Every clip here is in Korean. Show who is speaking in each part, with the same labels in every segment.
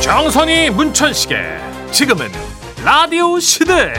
Speaker 1: 정선이 문천식의 지금은 라디오 시대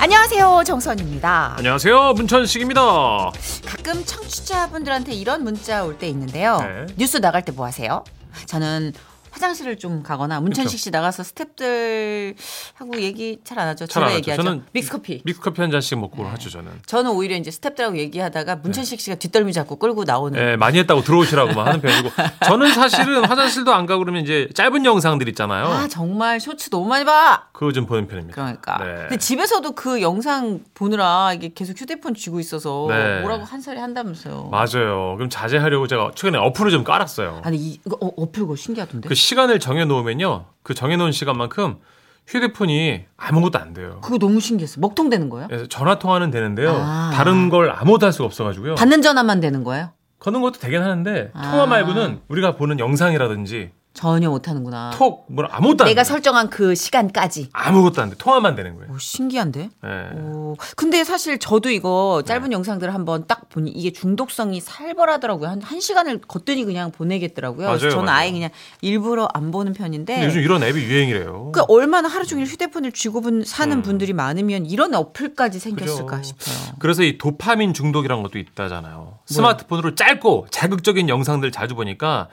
Speaker 2: 안녕하세요 정선입니다.
Speaker 1: 안녕하세요 문천식입니다
Speaker 2: 가끔 청취자분들한테 이런 문자 올 때 있는데요.
Speaker 1: 네.
Speaker 2: 뉴스 나갈 때 뭐 하세요? 저는 화장실을 좀 가거나 문천식 씨 나가서 스탭들하고 얘기 잘 안 하죠.
Speaker 1: 잘안
Speaker 2: 주로
Speaker 1: 하죠.
Speaker 2: 얘기하죠.
Speaker 1: 저는
Speaker 2: 믹스커피.
Speaker 1: 믹스커피 한 잔씩 먹고 하죠 저는
Speaker 2: 저는 오히려 이제 스탭들하고 얘기하다가
Speaker 1: 네.
Speaker 2: 문천식 씨가 뒷덜미 잡고 끌고 나오는.
Speaker 1: 예, 많이 했다고 들어오시라고만 하는 편이고 저는 사실은 화장실도 안 가고 그러면 이제 짧은 영상들 있잖아요
Speaker 2: 아 정말 쇼츠 너무 많이 봐.
Speaker 1: 그거 좀 보는 편입니다
Speaker 2: 그러니까.
Speaker 1: 어. 네.
Speaker 2: 근데 집에서도 그 영상 보느라 이게 계속 휴대폰 쥐고 있어서
Speaker 1: 네.
Speaker 2: 뭐라고 한 소리 한다면서요.
Speaker 1: 맞아요 그럼 자제하려고 제가 최근에 어플을 좀 깔았어요
Speaker 2: 아니 이- 이거 어, 어플 그거 신기하던데.
Speaker 1: 그 시간을 정해놓으면요 그 정해놓은 시간만큼 휴대폰이 아무것도 안 돼요
Speaker 2: 그거 너무 신기했어. 먹통 되는 거예요?
Speaker 1: 그래서 전화 통화는 되는데요
Speaker 2: 아.
Speaker 1: 다른 걸 아무것도 할 수가 없어가지고요
Speaker 2: 받는 전화만 되는 거예요?
Speaker 1: 거는 것도 되긴 하는데
Speaker 2: 아.
Speaker 1: 통화 말고는 우리가 보는 영상이라든지
Speaker 2: 전혀 못 하는구나.
Speaker 1: 톡, 뭐 아무것도 안
Speaker 2: 내가
Speaker 1: 돼.
Speaker 2: 설정한 그 시간까지.
Speaker 1: 아무것도 안 돼. 통화만 되는 거예요.
Speaker 2: 오, 신기한데?
Speaker 1: 예.
Speaker 2: 오, 근데 사실 저도 이거 짧은
Speaker 1: 네.
Speaker 2: 영상들을 한번 딱 보니 이게 중독성이 살벌하더라고요. 한, 한 시간을 거뜬히 그냥 보내겠더라고요. 그래서
Speaker 1: 맞아요,
Speaker 2: 저는
Speaker 1: 맞아요.
Speaker 2: 아예 그냥 일부러 안 보는
Speaker 1: 근데
Speaker 2: 편인데.
Speaker 1: 요즘 이런 앱이 유행이래요.
Speaker 2: 그러니까 얼마나 하루 종일 휴대폰을 쥐고 분- 사는
Speaker 1: 음.
Speaker 2: 분들이 많으면 이런 어플까지 생겼을까
Speaker 1: 그죠.
Speaker 2: 싶어요.
Speaker 1: 그래서 이 도파민 중독이라는 것도 있다잖아요.
Speaker 2: 네.
Speaker 1: 스마트폰으로 짧고 자극적인 영상들 자주 보니까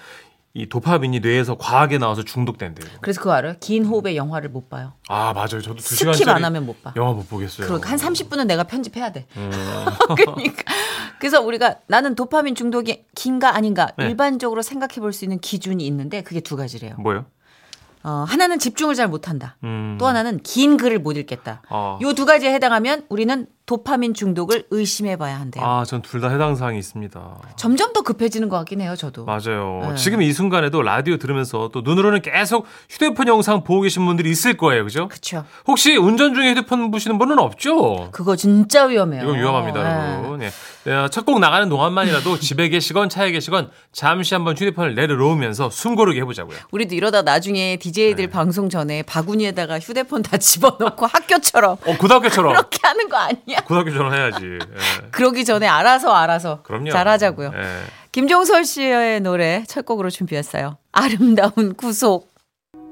Speaker 1: 이 도파민이 뇌에서 과하게 나와서 중독된대요.
Speaker 2: 그래서 그거 알아요? 긴 호흡의 영화를 못 봐요.
Speaker 1: 아 맞아요. 저도 두
Speaker 2: 스킵 안
Speaker 1: 시간짜리
Speaker 2: 하면 못 봐.
Speaker 1: 영화 못 보겠어요.
Speaker 2: 그러니까 한 30분은 내가 편집해야 돼.
Speaker 1: 음.
Speaker 2: 그러니까 그래서 우리가 나는 도파민 중독이 긴가 아닌가
Speaker 1: 네.
Speaker 2: 일반적으로 생각해 볼 수 있는 기준이 있는데 그게 두 가지래요.
Speaker 1: 뭐요?
Speaker 2: 어, 하나는 집중을 잘 못한다.
Speaker 1: 음.
Speaker 2: 또 하나는 긴 글을 못 읽겠다.
Speaker 1: 아.
Speaker 2: 요 두 가지에 해당하면 우리는 도파민 중독을 의심해 봐야 한대요.
Speaker 1: 아, 전 둘 다 해당 사항이 있습니다.
Speaker 2: 점점 더 급해지는 것 같긴 해요, 저도.
Speaker 1: 맞아요.
Speaker 2: 네.
Speaker 1: 지금 이 순간에도 라디오 들으면서 또 눈으로는 계속 휴대폰 영상 보고 계신 분들이 있을 거예요. 그죠?
Speaker 2: 그렇죠.
Speaker 1: 혹시 운전 중에 휴대폰 보시는 분은 없죠?
Speaker 2: 그거 진짜 위험해요.
Speaker 1: 이건 위험합니다,
Speaker 2: 네.
Speaker 1: 여러분. 예. 첫 곡 나가는 동안만이라도 집에 계시건 차에 계시건 잠시 한번 휴대폰을 내려놓으면서 숨 고르게 해보자고요.
Speaker 2: 우리도 이러다 나중에 DJ들
Speaker 1: 네.
Speaker 2: 방송 전에 바구니에다가 휴대폰 다 집어넣고 학교처럼
Speaker 1: 어, 고등학교처럼.
Speaker 2: 그렇게 하는 거 아니야?
Speaker 1: 고등학교처럼 해야지. 예.
Speaker 2: 그러기 전에 알아서 알아서
Speaker 1: 그럼요.
Speaker 2: 잘하자고요.
Speaker 1: 예.
Speaker 2: 김종설 씨의 노래 첫 곡으로 준비했어요. 아름다운 구속.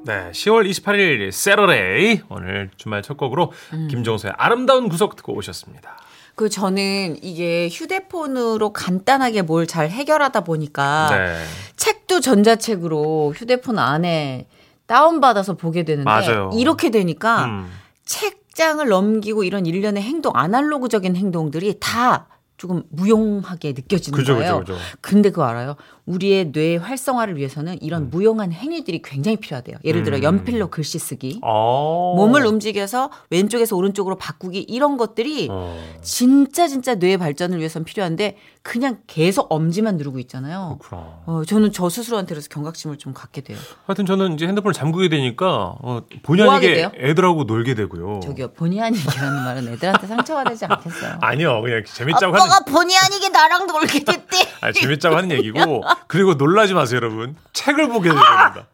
Speaker 1: 네, 10월 28일 세러데이 오늘 주말 첫 곡으로
Speaker 2: 음.
Speaker 1: 김종서의 아름다운 구석 듣고 오셨습니다.
Speaker 2: 그 저는 이게 휴대폰으로 간단하게 뭘 잘 해결하다 보니까
Speaker 1: 네.
Speaker 2: 책도 전자책으로 휴대폰 안에 다운받아서 보게 되는데
Speaker 1: 맞아요.
Speaker 2: 이렇게 되니까
Speaker 1: 음.
Speaker 2: 책장을 넘기고 이런 일련의 행동 아날로그적인 행동들이 다 조금 무용하게 느껴지는
Speaker 1: 그죠,
Speaker 2: 거예요.
Speaker 1: 그죠, 그죠.
Speaker 2: 근데 그거 알아요? 우리의 뇌의 활성화를 위해서는 이런 무용한 행위들이 굉장히 필요하대요. 예를 들어
Speaker 1: 음.
Speaker 2: 연필로 글씨 쓰기,
Speaker 1: 어.
Speaker 2: 몸을 움직여서 왼쪽에서 오른쪽으로 바꾸기 이런 것들이
Speaker 1: 어.
Speaker 2: 진짜 진짜 뇌의 발전을 위해서는 필요한데 그냥 계속 엄지만 누르고 있잖아요.
Speaker 1: 그렇구나.
Speaker 2: 어, 저는 저 스스로한테 그래서 경각심을 좀 갖게 돼요.
Speaker 1: 하여튼 저는 이제 핸드폰을 잠그게 되니까 어, 본의
Speaker 2: 뭐 하게
Speaker 1: 아니게
Speaker 2: 돼요?
Speaker 1: 애들하고 놀게 되고요.
Speaker 2: 저기요, 본의 아니게라는 말은 애들한테 상처가 되지 않겠어요.
Speaker 1: 아니요, 그냥 재밌자고 하는
Speaker 2: 아빠가 본의 아니게 나랑 놀게 됐대.
Speaker 1: 아니, 재밌자고 하는 얘기고 그리고 놀라지 마세요, 여러분. 책을 보게 되는 겁니다.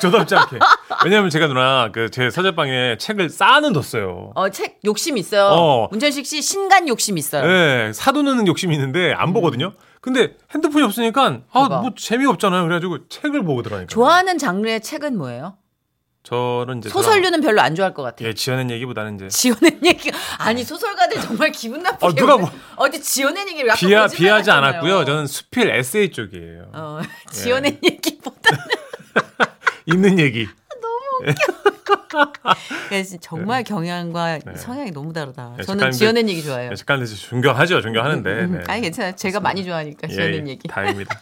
Speaker 1: 저답지 않게. 왜냐하면 제가 누나 그 제 서재방에 책을 쌓아는 뒀어요.
Speaker 2: 어, 책 욕심 있어요.
Speaker 1: 어.
Speaker 2: 문천식 씨 신간 욕심 있어요.
Speaker 1: 예, 사두는 욕심이 있는데 안 보거든요. 근데 핸드폰이 없으니까 아
Speaker 2: 대박.
Speaker 1: 뭐 재미없잖아요. 그래가지고 책을 보고 들어가니까.
Speaker 2: 좋아하는 장르의 책은 뭐예요?
Speaker 1: 저는 이제 저랑-
Speaker 2: 소설류는 별로 안 좋아할 것 같아요.
Speaker 1: 네, 예 지어낸 얘기보다는 이제
Speaker 2: 지어낸 얘기 아니 소설가들 정말 기분 나쁘게
Speaker 1: 아, 누가 뭐-
Speaker 2: 어디 지어낸 얘기를 약간
Speaker 1: 비하
Speaker 2: 거짓말
Speaker 1: 비하지
Speaker 2: 하잖아요.
Speaker 1: 않았고요. 저는 예. 수필 에세이 쪽이에요.
Speaker 2: 어, 지어낸 얘기보다
Speaker 1: 네. 있는 얘기.
Speaker 2: 그래서 네, 정말 경향과 성향이 너무 다르다.
Speaker 1: 네,
Speaker 2: 저는
Speaker 1: 작가님들-
Speaker 2: 지어낸 얘기 좋아해요.
Speaker 1: 네, 작가님들 존경하죠. 존경하는데.
Speaker 2: 음,
Speaker 1: 네.
Speaker 2: 아니 괜찮아요. 제가 많이 좋아하니까
Speaker 1: 예,
Speaker 2: 지어낸
Speaker 1: 예,
Speaker 2: 얘기.
Speaker 1: 다행입니다.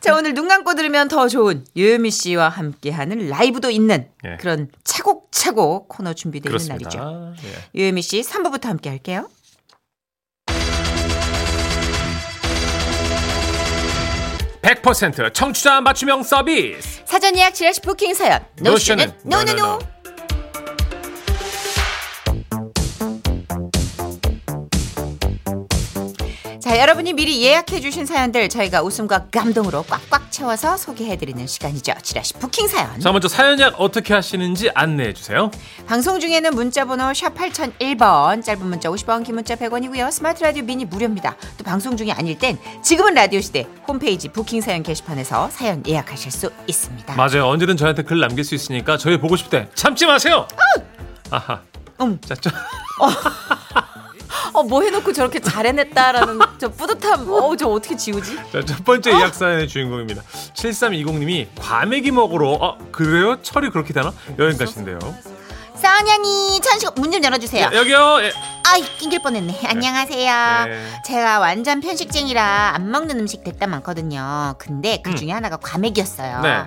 Speaker 2: 자 오늘 눈 감고 들으면 더 좋은 유유미 씨와 함께하는 라이브도 있는
Speaker 1: 예.
Speaker 2: 그런 차곡차곡 코너 준비되어 있는 날이죠.
Speaker 1: 그렇습니다. 예.
Speaker 2: 유혜미 씨 3부부터 함께 할게요.
Speaker 1: 100% 청취자 맞춤형 서비스.
Speaker 2: 사전 예약 지라시 부킹 사연.
Speaker 1: 노션은
Speaker 2: 노노노. 자 네, 여러분이 미리 예약해주신 사연들 저희가 웃음과 감동으로 꽉꽉 채워서 소개해드리는 시간이죠. 지라시 부킹 사연.
Speaker 1: 자, 먼저 사연 예약 어떻게 하시는지 안내해 주세요.
Speaker 2: 방송 중에는 문자번호 샵 8001번, 짧은 문자 50원, 긴 문자 100원이고요. 스마트 라디오 미니 무료입니다. 또 방송 중이 아닐 땐 지금은 라디오 시대 홈페이지 부킹 사연 게시판에서 사연 예약하실 수 있습니다.
Speaker 1: 맞아요. 언제든 저한테 글 남길 수 있으니까 저희 보고 싶을 때 참지 마세요. 아하.
Speaker 2: 음.
Speaker 1: 자, 저,
Speaker 2: 어, 뭐 해놓고 저렇게 잘해냈다라는 저 뿌듯함, 어, 저 어떻게 지우지?
Speaker 1: 자, 첫 번째 예약 사연의 주인공입니다. 7320님이 과메기 먹으러 어 그래요? 철이 그렇게 되나? 여행 가신대요.
Speaker 2: 사은양이, 천식, 문 좀 열어주세요.
Speaker 1: 여기요. 예.
Speaker 2: 아이, 낑길 뻔했네. 안녕하세요.
Speaker 1: 네.
Speaker 2: 제가 완전 편식쟁이라 안 먹는 음식 됐다 많거든요. 근데 그 중에 하나가 과메기였어요.
Speaker 1: 음. 네.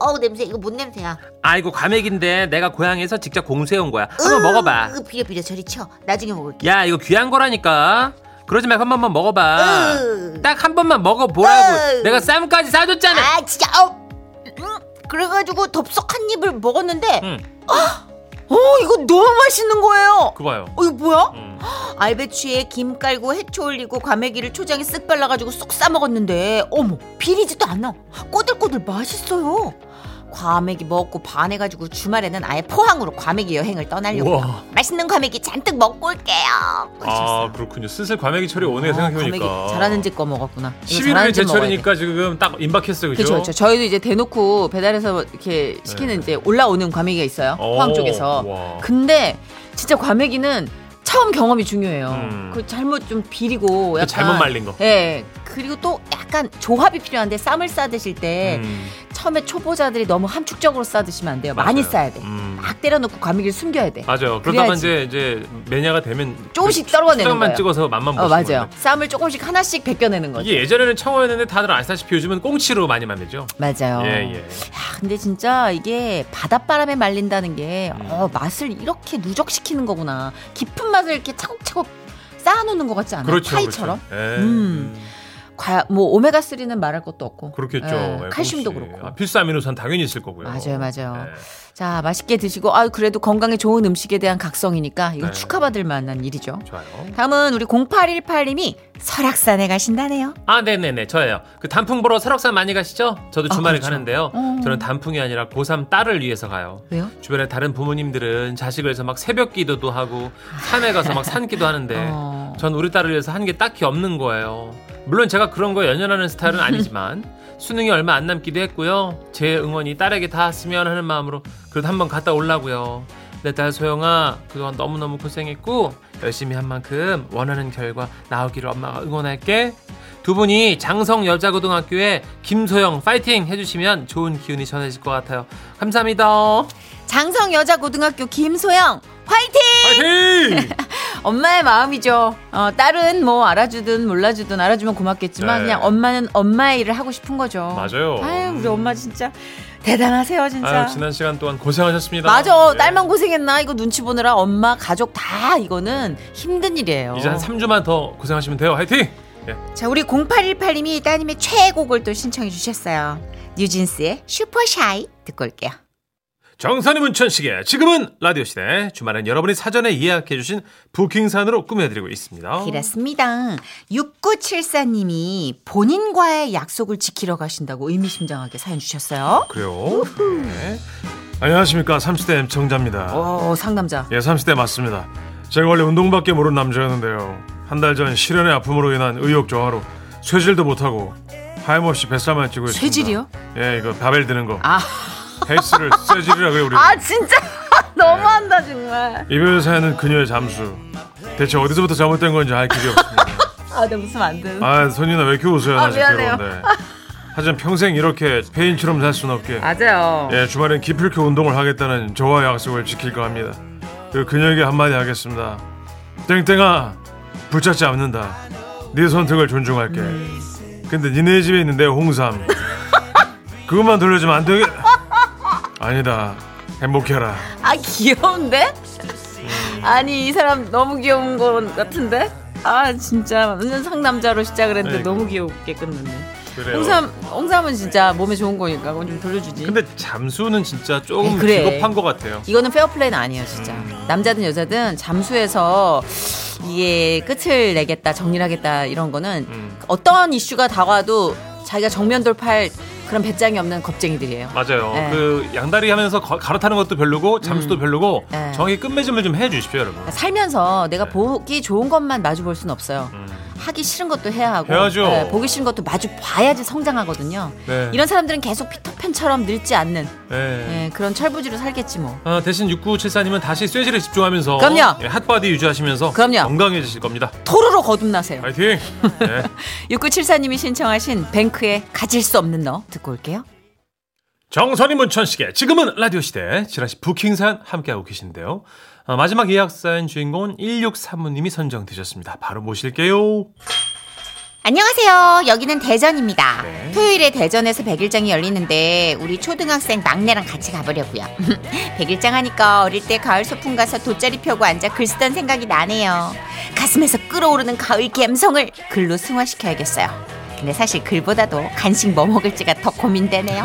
Speaker 2: 어우 냄새 이거 뭔 냄새야?
Speaker 1: 아이고 과메기인데 내가 고향에서 직접 공수해 온 거야.
Speaker 2: 으, 으, 비려 비려 저리 쳐. 나중에 먹을게.
Speaker 1: 야 이거 귀한 거라니까. 그러지 말고 한 번만 먹어봐.
Speaker 2: 으.
Speaker 1: 딱 한 번만 먹어보라고.
Speaker 2: 으.
Speaker 1: 내가 쌈까지 사줬잖아.
Speaker 2: 아 진짜 어. 음, 그래가지고 덥석 한 입을 먹었는데
Speaker 1: 응,
Speaker 2: 어 이거 너무 맛있는 거예요.
Speaker 1: 그 봐요.
Speaker 2: 어 이거 뭐야?
Speaker 1: 음.
Speaker 2: 알배추에 김 깔고 해초 올리고 과메기를 초장에 쓱 발라가지고 쏙 싸먹었는데 어머 비리지도 않아 꼬들꼬들 맛있어요 과메기 먹고 반해가지고 주말에는 아예 포항으로 과메기 여행을 떠나려고
Speaker 1: 우와.
Speaker 2: 맛있는 과메기 잔뜩 먹고 올게요
Speaker 1: 아 그렇군요. 슬슬 과메기 철이 오네 생각해보니까.
Speaker 2: 아, 과메기 잘하는 짓거 먹었구나 이거
Speaker 1: 11월
Speaker 2: 잘하는 짓 먹어야 돼.
Speaker 1: 제철이니까 지금 딱 임박했어요,
Speaker 2: 그렇죠,
Speaker 1: 그죠?
Speaker 2: 그렇죠. 저희도 이제 대놓고 배달해서 이렇게
Speaker 1: 네.
Speaker 2: 시키는 이제 올라오는 과메기가 있어요.
Speaker 1: 오,
Speaker 2: 포항 쪽에서. 그
Speaker 1: 와.
Speaker 2: 근데 진짜 과메기는 처음 경험이 중요해요.
Speaker 1: 음.
Speaker 2: 그 잘못 좀 비리고
Speaker 1: 그
Speaker 2: 약간
Speaker 1: 잘못 말린 거.
Speaker 2: 예. 그리고 또 약간 조합이 필요한데 쌈을 싸 드실 때
Speaker 1: 음,
Speaker 2: 처음에 초보자들이 너무 함축적으로 싸 드시면 안 돼요. 많이
Speaker 1: 맞아요.
Speaker 2: 싸야 돼.
Speaker 1: 음.
Speaker 2: 막 때려놓고 과메기를 숨겨야 돼.
Speaker 1: 맞아요. 그러다가
Speaker 2: 그래야지.
Speaker 1: 이제 이제 매니아가 되면
Speaker 2: 조금씩
Speaker 1: 그
Speaker 2: 떨궈내는
Speaker 1: 수정만
Speaker 2: 거예요.
Speaker 1: 찍어서 맛만 보시는
Speaker 2: 어, 맞아요.
Speaker 1: 거예요.
Speaker 2: 쌈을 조금씩 하나씩 벗겨내는 거죠.
Speaker 1: 이게 예전에는 청어였는데 다들 아시다시피 요즘은 꽁치로 많이 만들죠.
Speaker 2: 맞아요.
Speaker 1: 예, 예.
Speaker 2: 야, 근데 진짜 이게 바닷바람에 말린다는 게
Speaker 1: 음.
Speaker 2: 어, 맛을 이렇게 누적시키는 거구나. 깊은 맛을 이렇게 차곡차곡 쌓아놓는 것 같지 않아요?
Speaker 1: 그렇죠.
Speaker 2: 파이처럼.
Speaker 1: 그렇죠. 예.
Speaker 2: 음. 과, 뭐 오메가 3는 말할 것도 없고.
Speaker 1: 그렇겠죠.
Speaker 2: 예,
Speaker 1: 예,
Speaker 2: 칼슘도
Speaker 1: 꽁치.
Speaker 2: 그렇고.
Speaker 1: 아, 필수 아미노산 당연히 있을 거고요.
Speaker 2: 맞아요, 맞아요.
Speaker 1: 예.
Speaker 2: 자, 맛있게 드시고 아, 그래도 건강에 좋은 음식에 대한 각성이니까 이건
Speaker 1: 네.
Speaker 2: 축하받을 만한 일이죠.
Speaker 1: 좋아요.
Speaker 2: 다음은 우리 0818님이 설악산에 가신다네요.
Speaker 1: 아, 네네네. 저예요. 그 단풍 보러 설악산 많이 가시죠? 저도
Speaker 2: 아,
Speaker 1: 주말에
Speaker 2: 그렇죠.
Speaker 1: 가는데요.
Speaker 2: 어.
Speaker 1: 저는 단풍이 아니라 고3 딸을 위해서 가요.
Speaker 2: 왜요?
Speaker 1: 주변에 다른 부모님들은 자식을서 막 새벽 기도도 하고 산에 가서 막 산기도 하는데
Speaker 2: 어.
Speaker 1: 전 우리 딸을 위해서 한 게 딱히 없는 거예요. 물론 제가 그런 거 연연하는 스타일은 아니지만 수능이 얼마 안 남기도 했고요. 제 응원이 딸에게 닿았으면 하는 마음으로 그래도 한번 갔다 올라고요. 내 딸 소영아 그동안 너무너무 고생했고 열심히 한 만큼 원하는 결과 나오기를 엄마가 응원할게. 두 분이 장성 여자고등학교에 김소영 파이팅 해주시면 좋은 기운이 전해질 것 같아요. 감사합니다.
Speaker 2: 장성 여자고등학교 김소영 화이팅!
Speaker 1: 파이팅!
Speaker 2: 엄마의 마음이죠. 어, 딸은 뭐 알아주든 몰라주든 알아주면 고맙겠지만
Speaker 1: 네.
Speaker 2: 그냥 엄마는 엄마의 일을 하고 싶은 거죠.
Speaker 1: 맞아요.
Speaker 2: 아유 우리 엄마 진짜 대단하세요 진짜.
Speaker 1: 아유, 지난 시간 동안 고생하셨습니다.
Speaker 2: 맞아
Speaker 1: 예.
Speaker 2: 딸만 고생했나 이거 눈치 보느라 엄마 가족 다 이거는 힘든 일이에요.
Speaker 1: 이제 한 3주만 더 고생하시면 돼요. 화이팅! 예.
Speaker 2: 자 우리 0818님이 따님의 최애곡을 또 신청해 주셨어요. 뉴진스의 슈퍼샤이 듣고 올게요.
Speaker 1: 정선이 문천식의 지금은 라디오 시대 주말엔 여러분이 사전에 예약해주신 부킹산으로 꾸며드리고 있습니다.
Speaker 2: 그렇습니다. 6974님이 본인과의 약속을 지키러 가신다고 의미심장하게 사연 주셨어요.
Speaker 1: 그래요. 네. 안녕하십니까. 30대 정자입니다.
Speaker 2: 어, 상남자.
Speaker 1: 예, 30대 맞습니다. 제가 원래 운동밖에 모르는 남자였는데요. 한 달 전 실연의 아픔으로 인한 의욕 저하로 쇠질도 못하고 하염없이 뱃살만 찌고 있습니다.
Speaker 2: 쇠질이요?
Speaker 1: 예, 이거 바벨 드는 거.
Speaker 2: 아.
Speaker 1: 헬스를 쇠질이라고 해요, 우리.
Speaker 2: 아, 진짜 너무한다 정말.
Speaker 1: 이별 사연은 그녀의 잠수. 대체 어디서부터 잘못된 건지 알 길이 없습니다.
Speaker 2: 아, 나 웃으면 안 되는.
Speaker 1: 아, 손이나 왜 이렇게 웃어요?
Speaker 2: 아,
Speaker 1: 나 지금
Speaker 2: 미안해요.
Speaker 1: 괴로운데. 하지만 평생 이렇게 페인처럼 살 수는 없게.
Speaker 3: 어.
Speaker 2: 맞아요.
Speaker 1: 예, 주말엔 기필코 운동을 하겠다는 저와 약속을 지킬까 합니다. 그리고 그녀에게 한마디 하겠습니다. 땡땡아, 붙잡지 않는다. 네 선택을 존중할게. 근데 니네 집에 있는 내 홍삼. 그것만 돌려주면 안 되겠... 아니다. 행복해라.
Speaker 2: 아, 귀여운데? 아니, 이 사람 너무 귀여운 것 같은데? 아, 진짜 완전 상남자로 시작을 했는데
Speaker 1: 아이고.
Speaker 2: 너무 귀엽게 끝났네.
Speaker 3: 그래요.
Speaker 2: 홍삼 홍삼은 진짜 몸에 좋은 거니까 그건 좀 돌려주지.
Speaker 3: 근데 잠수는 진짜 조금
Speaker 2: 에이, 네, 그래.
Speaker 3: 비겁한 것 같아요.
Speaker 2: 이거는 페어플레이는 아니에요, 진짜. 남자든 여자든 잠수해서 이게 끝을 내겠다, 정리를 하겠다 이런 거는
Speaker 3: 음.
Speaker 2: 어떤 이슈가 다가와도 자기가 정면 돌파할 그런 배짱이 없는 겁쟁이들이에요.
Speaker 3: 맞아요.
Speaker 2: 네.
Speaker 3: 그 양다리 하면서 거- 갈아타는 것도 별로고 잠수도 별로고
Speaker 2: 네.
Speaker 3: 정확히 끝맺음을 좀 해주십시오, 여러분.
Speaker 2: 살면서 내가
Speaker 3: 네.
Speaker 2: 보기 좋은 것만 마주 볼 수는 없어요.
Speaker 3: 음.
Speaker 2: 하기 싫은 것도 해야 하고
Speaker 3: 해야죠.
Speaker 2: 네, 보기 싫은 것도 마주 봐야지 성장하거든요.
Speaker 3: 네.
Speaker 2: 이런 사람들은 계속 피터팬처럼 늙지 않는
Speaker 3: 네.
Speaker 2: 네, 그런 철부지로 살겠지 뭐.
Speaker 3: 아, 대신 6974님은 다시 쇠질에 집중하면서
Speaker 2: 그럼요.
Speaker 3: 예, 핫바디 유지하시면서
Speaker 2: 그럼요.
Speaker 3: 건강해지실 겁니다.
Speaker 2: 토로로 거듭나세요.
Speaker 3: 파이팅! 네.
Speaker 2: 6974님이 신청하신 뱅크의 가질 수 없는 너 듣고 올게요.
Speaker 3: 정선이 문천식의 지금은 라디오 시대 지라시 부킹산 함께하고 계신데요. 아, 마지막 예약사연 주인공은 163호님이 선정되셨습니다. 바로 모실게요.
Speaker 4: 안녕하세요. 여기는 대전입니다.
Speaker 3: 네.
Speaker 4: 토요일에 대전에서 백일장이 열리는데 우리 초등학생 막내랑 같이 가보려고요. 백일장 하니까 어릴 때 가을 소풍 가서 돗자리 펴고 앉아 글 쓰던 생각이 나네요. 가슴에서 끓어오르는 가을 감성을 글로 승화시켜야겠어요. 근데 사실 글보다도 간식 뭐 먹을지가 더 고민되네요.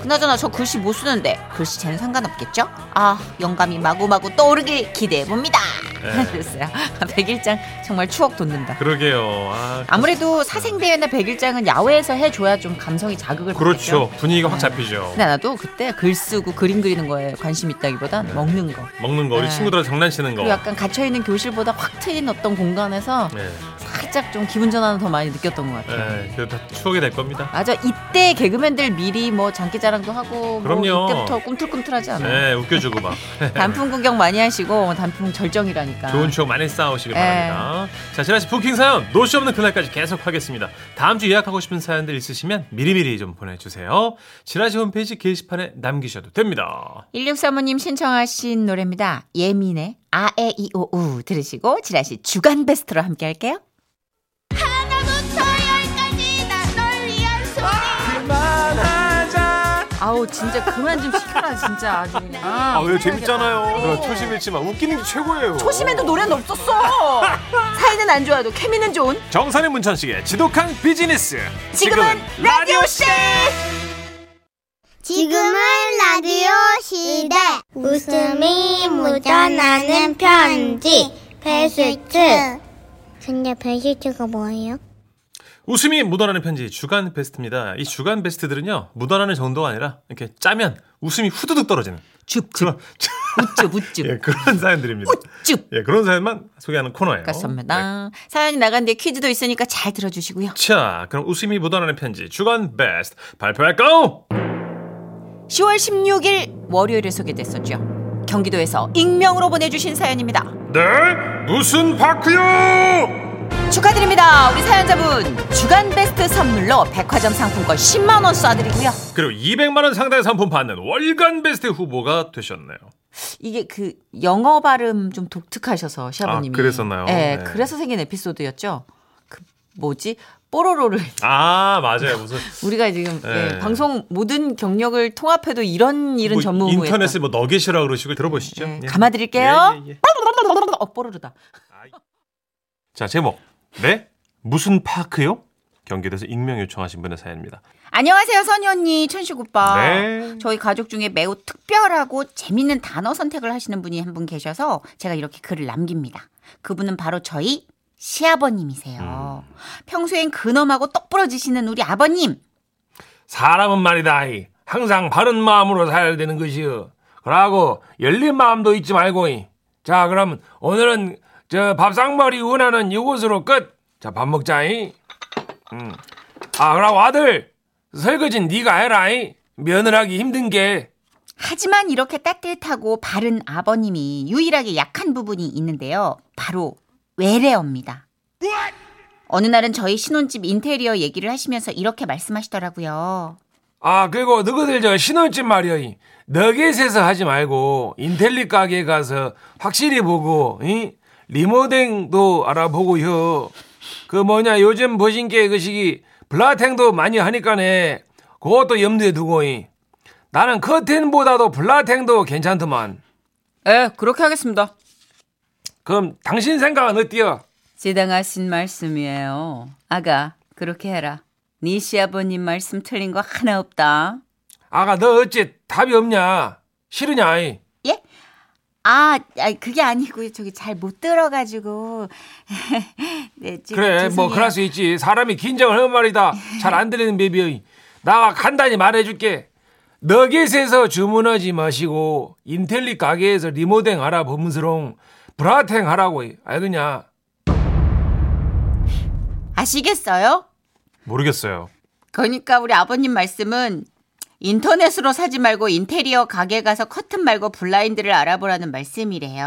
Speaker 4: 그나저나 저 글씨 못 쓰는데 글씨 쟤는 상관없겠죠? 아 영감이 마구마구 떠오르길 기대해 봅니다.
Speaker 3: 네.
Speaker 2: 그랬어요. 백일장 정말 추억 돋는다.
Speaker 3: 그러게요. 아,
Speaker 2: 아무래도 사생대회나 백일장은 야외에서 해줘야 좀 감성이 자극을
Speaker 3: 그렇죠.
Speaker 2: 받겠죠.
Speaker 3: 분위기가 확
Speaker 2: 네.
Speaker 3: 잡히죠.
Speaker 2: 근데 나도 그때 글 쓰고 그림 그리는 거에 관심 있다기보단
Speaker 3: 네.
Speaker 2: 먹는 거.
Speaker 3: 먹는 거, 우리
Speaker 2: 네.
Speaker 3: 친구들하고 장난치는 거.
Speaker 2: 그리고 약간 갇혀있는 교실보다 확 트인 어떤 공간에서
Speaker 3: 어. 네.
Speaker 2: 살짝 좀 기분 전환을 더 많이 느꼈던 것 같아요.
Speaker 3: 네. 그거 다 추억이 될 겁니다.
Speaker 2: 맞아 이때 개그맨들 미리 뭐 장기자랑도 하고 뭐
Speaker 3: 그럼요.
Speaker 2: 이때부터 꿈틀꿈틀하지 않아요.
Speaker 3: 네, 웃겨주고 막.
Speaker 2: 단풍 구경 많이 하시고 뭐 단풍 절정이라니까.
Speaker 3: 좋은 추억 많이 쌓아오시길
Speaker 2: 네.
Speaker 3: 바랍니다. 자, 지라시 부킹 사연 노쇼 없는 그날까지 계속 하겠습니다. 다음 주 예약하고 싶은 사연들 있으시면 미리미리 좀 보내주세요. 지라시 홈페이지 게시판에 남기셔도 됩니다.
Speaker 2: 1635님 신청하신 노래입니다. 예민의
Speaker 4: 아에 이오우 들으시고 지라시 주간 베스트로 함께 할게요.
Speaker 2: 아우 진짜 그만 좀 시켜라 진짜 아주 그냥. 아,
Speaker 3: 초심 잃지만 웃기는 게 최고예요.
Speaker 2: 초심에도 노래는 없었어. 사이는 안 좋아도 케미는 좋은.
Speaker 3: 정선의 문천식의 지독한 비즈니스.
Speaker 2: 지금은
Speaker 3: 라디오 씨.
Speaker 5: 지금은 라디오 시대. 웃음이 묻어나는 편지. 베스트. 근데 베스트가 뭐예요?
Speaker 3: 웃음이 묻어나는 편지 주간 베스트입니다. 이 주간 베스트들은요 묻어나는 정도가 아니라 이렇게 짜면 웃음이 후두둑 떨어지는
Speaker 2: 줍줍
Speaker 3: 그런
Speaker 2: 웃줍 웃줍.
Speaker 3: 예, 그런 사연들입니다.
Speaker 2: 줍.
Speaker 3: 예, 그런 사연만 소개하는 코너예요. 네.
Speaker 2: 그렇습니다. 사연이 나간 뒤에 퀴즈도 있으니까 잘 들어주시고요.
Speaker 3: 자, 그럼 웃음이 묻어나는 편지 주간 베스트 발표할까요?
Speaker 2: 10월 16일 월요일에 소개됐었죠. 경기도에서 익명으로 보내주신 사연입니다.
Speaker 3: 네, 무슨 파크요?
Speaker 2: 축하드립니다. 우리 사연자분 주간 베스트 선물로 백화점 상품권 10만 원 쏴드리고요.
Speaker 3: 그리고 200만 원 상당의 상품 받는 월간 베스트 후보가 되셨네요.
Speaker 2: 이게 그 영어 발음 좀 독특하셔서 샤버님이
Speaker 3: 아, 그랬었나요?
Speaker 2: 네,
Speaker 3: 네.
Speaker 2: 그래서 생긴 에피소드였죠. 그 뭐지 뽀로로를
Speaker 3: 아, 맞아요. 무슨
Speaker 2: 우리가 지금
Speaker 3: 네.
Speaker 2: 예, 방송 모든 경력을 통합해도 이런 일은
Speaker 3: 뭐
Speaker 2: 전무후무했다.
Speaker 3: 인터넷에 뭐 너겟이라 그러시고 들어보시죠.
Speaker 2: 네,
Speaker 3: 예.
Speaker 2: 감아드릴게요.
Speaker 3: 예, 예, 예.
Speaker 2: 어 뽀로로다.
Speaker 3: 자, 제목. 네, 무슨 파크요? 경기도에서 익명 요청하신 분의 사연입니다.
Speaker 4: 안녕하세요, 선희 언니, 천식
Speaker 2: 아.
Speaker 4: 오빠.
Speaker 3: 네.
Speaker 4: 저희 가족 중에 매우 특별하고 재밌는 단어 선택을 하시는 분이 한 분 계셔서 제가 이렇게 글을 남깁니다. 그분은 바로 저희 시아버님이세요. 평소엔 근엄하고 똑부러지시는 우리 아버님.
Speaker 1: 사람은 말이다. 이. 항상 바른 마음으로 살아야 되는 것이요. 그러고 열린 마음도 잊지 말고. 이. 자, 그럼 오늘은 저 밥상머리 원하는 이곳으로 끝. 자, 밥 먹자. 이. 음. 아, 그럼 아들 설거진 네가 해라. 이. 며느라기 힘든 게.
Speaker 4: 하지만 이렇게 따뜻하고 바른 아버님이 유일하게 약한 부분이 있는데요. 바로 외래어입니다. 어느 날은 저희 신혼집 인테리어 얘기를 하시면서 이렇게 말씀하시더라고요.
Speaker 1: 아, 그리고 너희들 저 신혼집 말이야. 이. 너겟에서 하지 말고 인텔리 가게 가서 확실히 보고 이? 리모델도 알아보고요. 그 뭐냐 요즘 보신게 그 시기 블라탱도 많이 하니까네. 그것도 염두에 두고 이. 나는 커튼보다도 블라탱도 괜찮더만.
Speaker 2: 예, 그렇게 하겠습니다.
Speaker 1: 그럼 당신 생각은 어때요?
Speaker 2: 지당하신 말씀이에요. 아가, 그렇게 해라.
Speaker 4: 니 시아버님 말씀 틀린 거 하나 없다.
Speaker 6: 아가 너 어째 답이 없냐? 싫으냐? 아이?
Speaker 4: 아, 아, 그게 아니고 저기 잘 못 들어가지고. 네, 좀
Speaker 6: 그래 뭐
Speaker 4: 죄송해요.
Speaker 6: 그럴 수 있지. 사람이 긴장을 하면 말이다. 잘 안 들리는 베비의 나가 간단히 말해줄게. 너겟에서 주문하지 마시고 인텔리 가게에서 리모델 하라 범스롱 브라탱 하라고 알겠냐?
Speaker 4: 아시겠어요?
Speaker 6: 모르겠어요.
Speaker 4: 그러니까 우리 아버님 말씀은 인터넷으로 사지 말고 인테리어 가게 가서 커튼 말고 블라인드를 알아보라는 말씀이래요.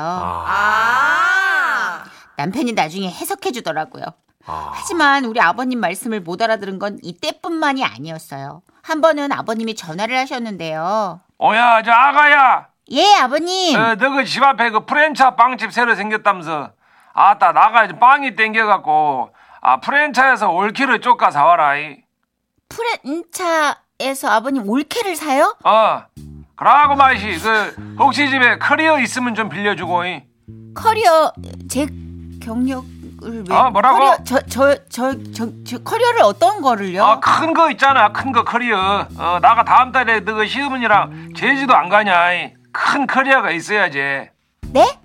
Speaker 4: 남편이 나중에 해석해 주더라고요.
Speaker 6: 아.
Speaker 4: 하지만 우리 아버님 말씀을 못 알아들은 건 이때뿐만이 아니었어요. 한 번은 아버님이 전화를 하셨는데요.
Speaker 6: 어야 저 아가야.
Speaker 4: 예, 아버님.
Speaker 6: 너그집 앞에 그 프렌차 빵집 새로 생겼다면서 아따 나가 이제 빵이 땡겨갖고 아 프렌차에서 올키를 쫓가 사와라. 이.
Speaker 4: 프렌차에서 아버님 올케를 사요?
Speaker 6: 어 그러고 마시 그 혹시 집에 커리어 있으면 좀 빌려주고 이.
Speaker 4: 커리어 제 경력을 왜
Speaker 6: 아, 뭐라고?
Speaker 4: 커리어 저저저 저, 저, 저 커리어를 어떤 거를요?
Speaker 6: 아 큰 거 있잖아 큰 거 커리어 어, 나가 다음 달에 너그 시어머니랑 제주도 안 가냐 이. 큰 커리어가 있어야지
Speaker 4: 네?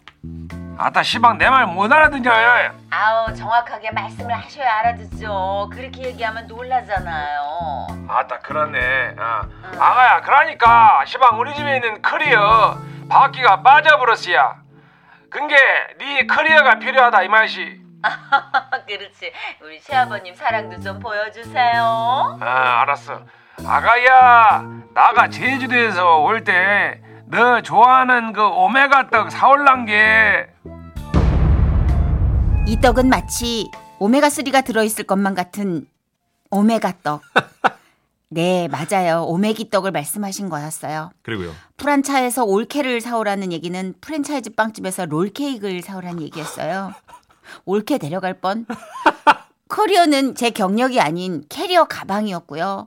Speaker 6: 아따 시방 내 말 못 알아듣냐 이.
Speaker 4: 아우 정확하게 말씀을 하셔야 알아듣죠. 그렇게 얘기하면 놀라잖아요.
Speaker 6: 아따 그렇네 어. 아가야 그러니까 시방 우리 집에 있는 커리어 바퀴가 빠져버렸어야 근게 네 커리어가 필요하다 이 맛이
Speaker 4: 아, 그렇지. 우리 시아버님 사랑도 좀 보여주세요.
Speaker 6: 아 알았어 아가야 나가 제주도에서 올 때 너 좋아하는 그 오메가 떡 사올란 게
Speaker 4: 이 떡은 마치 오메가 3가 들어있을 것만 같은 오메가 떡. 네 맞아요. 오메기 떡을 말씀하신 거였어요.
Speaker 3: 그리고요.
Speaker 4: 프란차에서 올케를 사오라는 얘기는 프랜차이즈 빵집에서 롤케이크를 사오라는 얘기였어요. 올케 데려갈 뻔. 커리어는 제 경력이 아닌 캐리어 가방이었고요.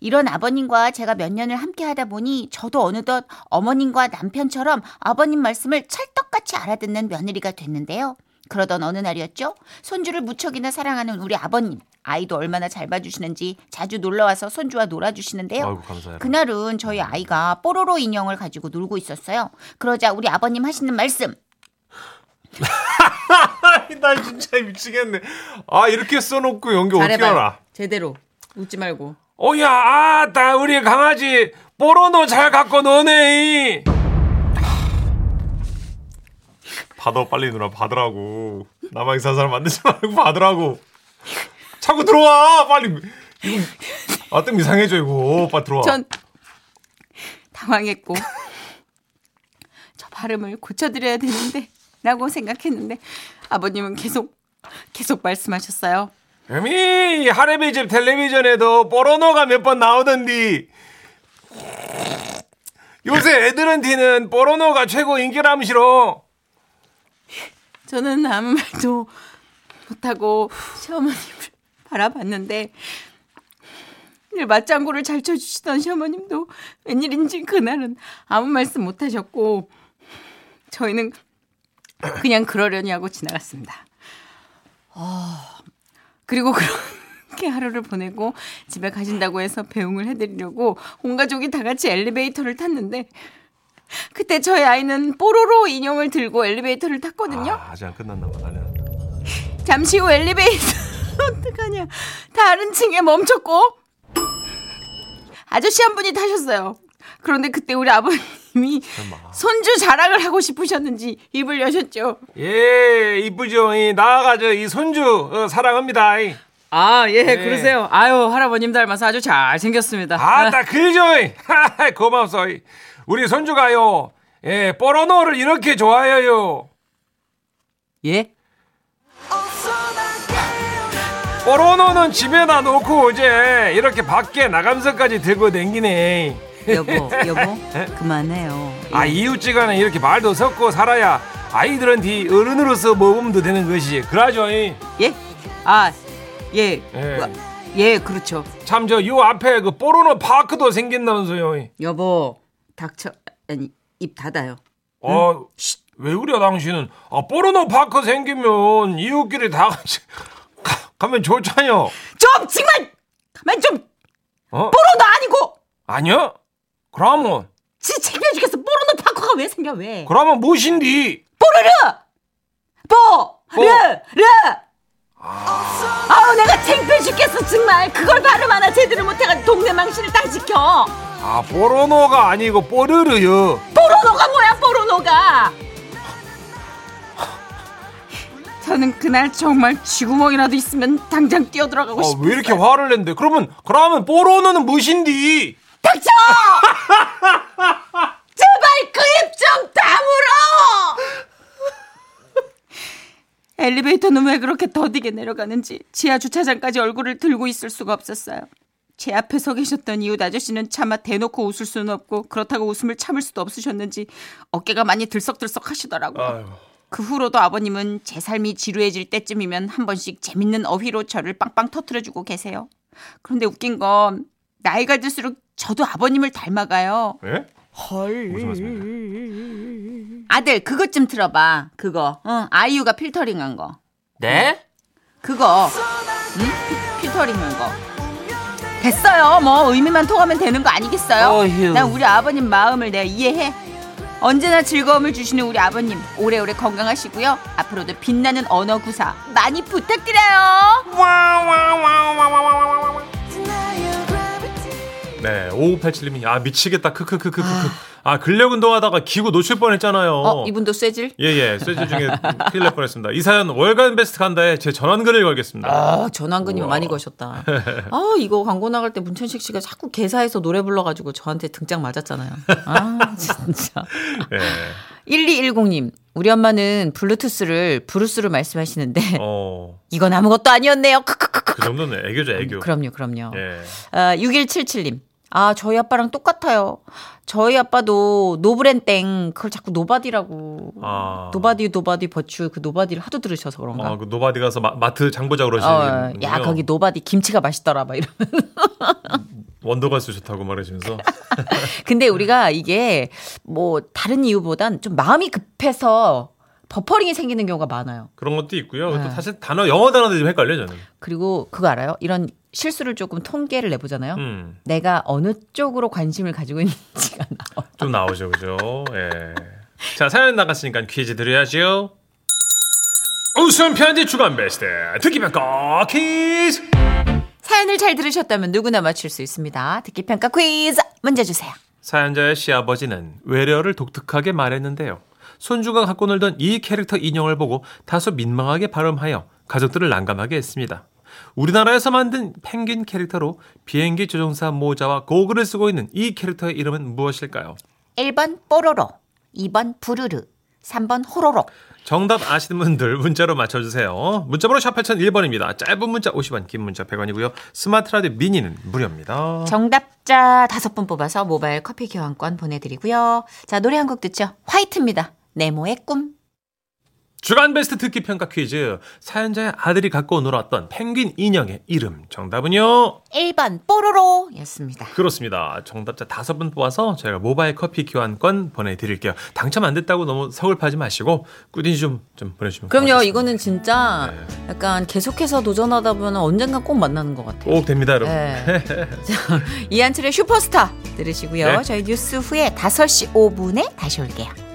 Speaker 4: 이런 아버님과 제가 몇 년을 함께 하다 보니 저도 어느덧 어머님과 남편처럼 아버님 말씀을 찰떡같이 알아듣는 며느리가 됐는데요. 그러던 어느 날이었죠. 손주를 무척이나 사랑하는 우리 아버님. 아이도 얼마나 잘 봐주시는지 자주 놀러와서 손주와 놀아주시는데요.
Speaker 3: 아이고 감사해요.
Speaker 4: 그날은 저희 아이가 뽀로로 인형을 가지고 놀고 있었어요. 그러자 우리 아버님 하시는 말씀.
Speaker 3: 나 진짜 미치겠네. 아 이렇게 써놓고 연기 어떻게 알아?
Speaker 4: 제대로. 웃지 말고.
Speaker 6: 오야 아따 우리 강아지 뽀로노 잘 갖고 노네
Speaker 3: 받아 빨리 누나 받으라고. 나만 이상한 사람 만들지 말고 받으라고. 자꾸 들어와 빨리. 이거 아뜸 이상해져 이거. 빨리 들어와.
Speaker 4: 전 당황했고 저 발음을 고쳐드려야 되는데 라고 생각했는데 아버님은 계속 계속 말씀하셨어요.
Speaker 6: 이미 할애비 집 텔레비전에도 뽀로노가 몇 번 나오던디 요새 애들은 티는 뽀로노가 최고 인기라면시로
Speaker 4: 저는 아무 말도 못하고 시어머님을 바라봤는데 늘 맞장구를 잘 쳐주시던 시어머님도 웬일인지 그날은 아무 말씀 못하셨고 저희는 그냥 그러려니 하고 지나갔습니다. 어, 그리고 그렇게 하루를 보내고 집에 가신다고 해서 배웅을 해드리려고 온 가족이 다 같이 엘리베이터를 탔는데 그때 저희 아이는 뽀로로 인형을 들고 엘리베이터를 탔거든요.
Speaker 3: 아, 아직 안 끝났나 봐. 나는.
Speaker 4: 잠시 후 엘리베이터 어떡하냐 다른 층에 멈췄고 아저씨 한 분이 타셨어요 그런데 그때 우리 아버님이 손주 자랑을 하고 싶으셨는지 입을 여셨죠
Speaker 6: 예 이쁘죠 이 나아가죠 이 손주 어, 사랑합니다 이.
Speaker 7: 아, 예,
Speaker 6: 네.
Speaker 7: 그러세요. 아유, 할아버님 닮아서 아주 잘생겼습니다.
Speaker 6: 아따 그죠 이. 하하, 고맙소 이. 우리 손주가요 예 뽀로노를 이렇게 좋아해요
Speaker 7: 예?
Speaker 6: 뽀로노는 집에다 놓고 이제 이렇게 밖에 나가면서까지 들고 댕기네
Speaker 4: 여보 여보 그만해요
Speaker 6: 네? 아 이웃지간에 이렇게 말도 섞고 살아야 아이들한테 어른으로서 모범도 되는 것이지 그러죠
Speaker 7: 예? 아, 예.
Speaker 6: 예.
Speaker 7: 와, 예, 그렇죠.
Speaker 6: 참저 요 앞에 그 뽀로노 파크도 생긴다면서요 이.
Speaker 7: 여보, 닥쳐. 아니, 입 닫아요.
Speaker 6: 어, 쉿, 왜 그래 당신은 아, 뽀로노 파크 생기면 이웃끼리 다 같이 가, 가면 좋잖여
Speaker 7: 좀 정말
Speaker 4: 가만 좀
Speaker 8: 어?
Speaker 4: 뽀로도 아니고
Speaker 8: 아니요? 그러면,
Speaker 4: 지 창피해 죽겠어 뽀로도 파커가 왜 생겨 왜
Speaker 8: 그러면 무엇인디?
Speaker 4: 뽀르르 뽀르르 아우 내가 창피해 죽겠어 정말 그걸 발음 하나 제대로 못해가지고 동네 망신을 딱 지켜
Speaker 8: 아, 뽀로노가 아니고 뽀르르요.
Speaker 6: 아,
Speaker 4: 뽀로노가 뭐야 뽀로노가 저는 그날 정말 쥐구멍이라도 있으면 당장 뛰어들어가고
Speaker 8: 아,
Speaker 4: 싶어
Speaker 8: 왜 이렇게 화를 낸데? 그러면, 그러면 뽀로노는 무엇인디?
Speaker 4: 닥쳐! 제발 그 입 좀 다물어! 엘리베이터는 왜 그렇게 더디게 내려가는지 지하 주차장까지 얼굴을 들고 있을 수가 없었어요. 제 앞에 서 계셨던 이웃 아저씨는 차마 대놓고 웃을 수는 없고 그렇다고 웃음을 참을 수도 없으셨는지 어깨가 많이 들썩들썩 하시더라고요.
Speaker 3: 아.
Speaker 4: 그 후로도 아버님은 제 삶이 지루해질 때쯤이면 한 번씩 재밌는 어휘로 저를 빵빵 터트려주고 계세요. 그런데 웃긴 건 나이가 들수록 저도 아버님을 닮아가요.
Speaker 9: 예? 헐. 무슨 말씀이세요?
Speaker 4: 아들 그것 좀 들어봐. 그거 응, 아이유가 필터링한 거.
Speaker 3: 네?
Speaker 4: 그거 응? 피- 필터링한 거. 됐어요. 뭐 의미만 통하면 되는 거 아니겠어요?
Speaker 3: 어휴.
Speaker 4: 난 우리 아버님 마음을 내가 이해해. 언제나 즐거움을 주시는 우리 아버님 오래오래 건강하시고요. 앞으로도 빛나는 언어 구사 많이 부탁드려요.
Speaker 9: 네, 5587님이 아 미치겠다. 크크크크크. 아 근력 운동하다가 기구 놓칠 뻔했잖아요.
Speaker 4: 어, 이분도 쇠질?
Speaker 9: 예예, 쇠질 중에 큰일 날 뻔했습니다. 이 사연 월간 베스트 간다에 제 전원글을 걸겠습니다.
Speaker 2: 아, 전환근이 많이 거셨다. 아, 이거 광고 나갈 때 문천식 씨가 자꾸 개사해서 노래 불러가지고 저한테 등짝 맞았잖아요. 아, 진짜.
Speaker 9: 예.
Speaker 2: 1210님, 우리 엄마는 블루투스를 브루스로 말씀하시는데,
Speaker 9: 어,
Speaker 2: 이건 아무것도 아니었네요. 크크크크.
Speaker 9: 그 정도는 애교죠, 애교.
Speaker 2: 음, 그럼요, 그럼요.
Speaker 9: 예.
Speaker 2: 아, 6177님. 아, 저희 아빠랑 똑같아요. 저희 아빠도 노브랜땡, 그걸 자꾸 노바디라고.
Speaker 9: 아.
Speaker 2: 노바디, 노바디, 버추, 그 노바디를 하도 들으셔서 그런가.
Speaker 9: 아, 그 노바디 가서 마, 트 장보자 그러시는
Speaker 2: 음, 어, 야, 거기 노바디 김치가 맛있더라, 막 이러면.
Speaker 9: 원더걸스 좋다고 말하시면서
Speaker 2: 근데 우리가 이게 뭐 다른 이유보단 좀 마음이 급해서 버퍼링이 생기는 경우가 많아요.
Speaker 9: 그런 것도 있고요. 또 사실 단어 영어 단어들이 좀 헷갈려 저는.
Speaker 2: 그리고 그거 알아요? 이런 실수를 조금 통계를 내보잖아요.
Speaker 9: 음,
Speaker 2: 내가 어느 쪽으로 관심을 가지고 있는지가 나와.
Speaker 9: 좀 나오죠, 그죠? 예. 자, 사연 나갔으니까 퀴즈 드려야죠. 웃음 편지 주간 베스트 듣기 평가 퀴즈.
Speaker 2: 사연을 잘 들으셨다면 누구나 맞출 수 있습니다. 듣기평가 퀴즈 문제 주세요.
Speaker 3: 사연자의 시아버지는 외래어를 독특하게 말했는데요. 손주가 갖고 놀던 이 캐릭터 인형을 보고 다소 민망하게 발음하여 가족들을 난감하게 했습니다. 우리나라에서 만든 펭귄 캐릭터로 비행기 조종사 모자와 고글을 쓰고 있는 이 캐릭터의 이름은 무엇일까요?
Speaker 10: 1번 뽀로로, 2번 부르르, 3번 호로록.
Speaker 3: 정답 아시는 분들 문자로 맞춰주세요. 문자번호 샵 8001번입니다. 짧은 문자 50원, 긴 문자 100원이고요. 스마트 라디오 미니는 무료입니다.
Speaker 2: 정답자 다섯 분 뽑아서 모바일 커피 교환권 보내드리고요. 자, 노래 한 곡 듣죠. 화이트입니다. 네모의 꿈.
Speaker 3: 주간 베스트 듣기 평가 퀴즈. 사연자의 아들이 갖고 놀았던 펭귄 인형의 이름. 정답은요?
Speaker 2: 1번 뽀로로 였습니다.
Speaker 3: 그렇습니다. 정답자 다섯 분 뽑아서 저희가 모바일 커피 교환권 보내드릴게요. 당첨 안 됐다고 너무 서글파지 마시고 꾸준히 좀, 좀 보내주시면
Speaker 2: 그럼요,
Speaker 3: 고맙겠습니다. 네.
Speaker 2: 이거는 진짜 약간 계속해서 도전하다 보면 언젠간 꼭 만나는 것 같아요.
Speaker 3: 꼭 됩니다, 여러분.
Speaker 2: 네. 자, 이한철의 슈퍼스타 들으시고요.
Speaker 9: 네.
Speaker 2: 저희 뉴스 후에 5시 5분에 다시 올게요.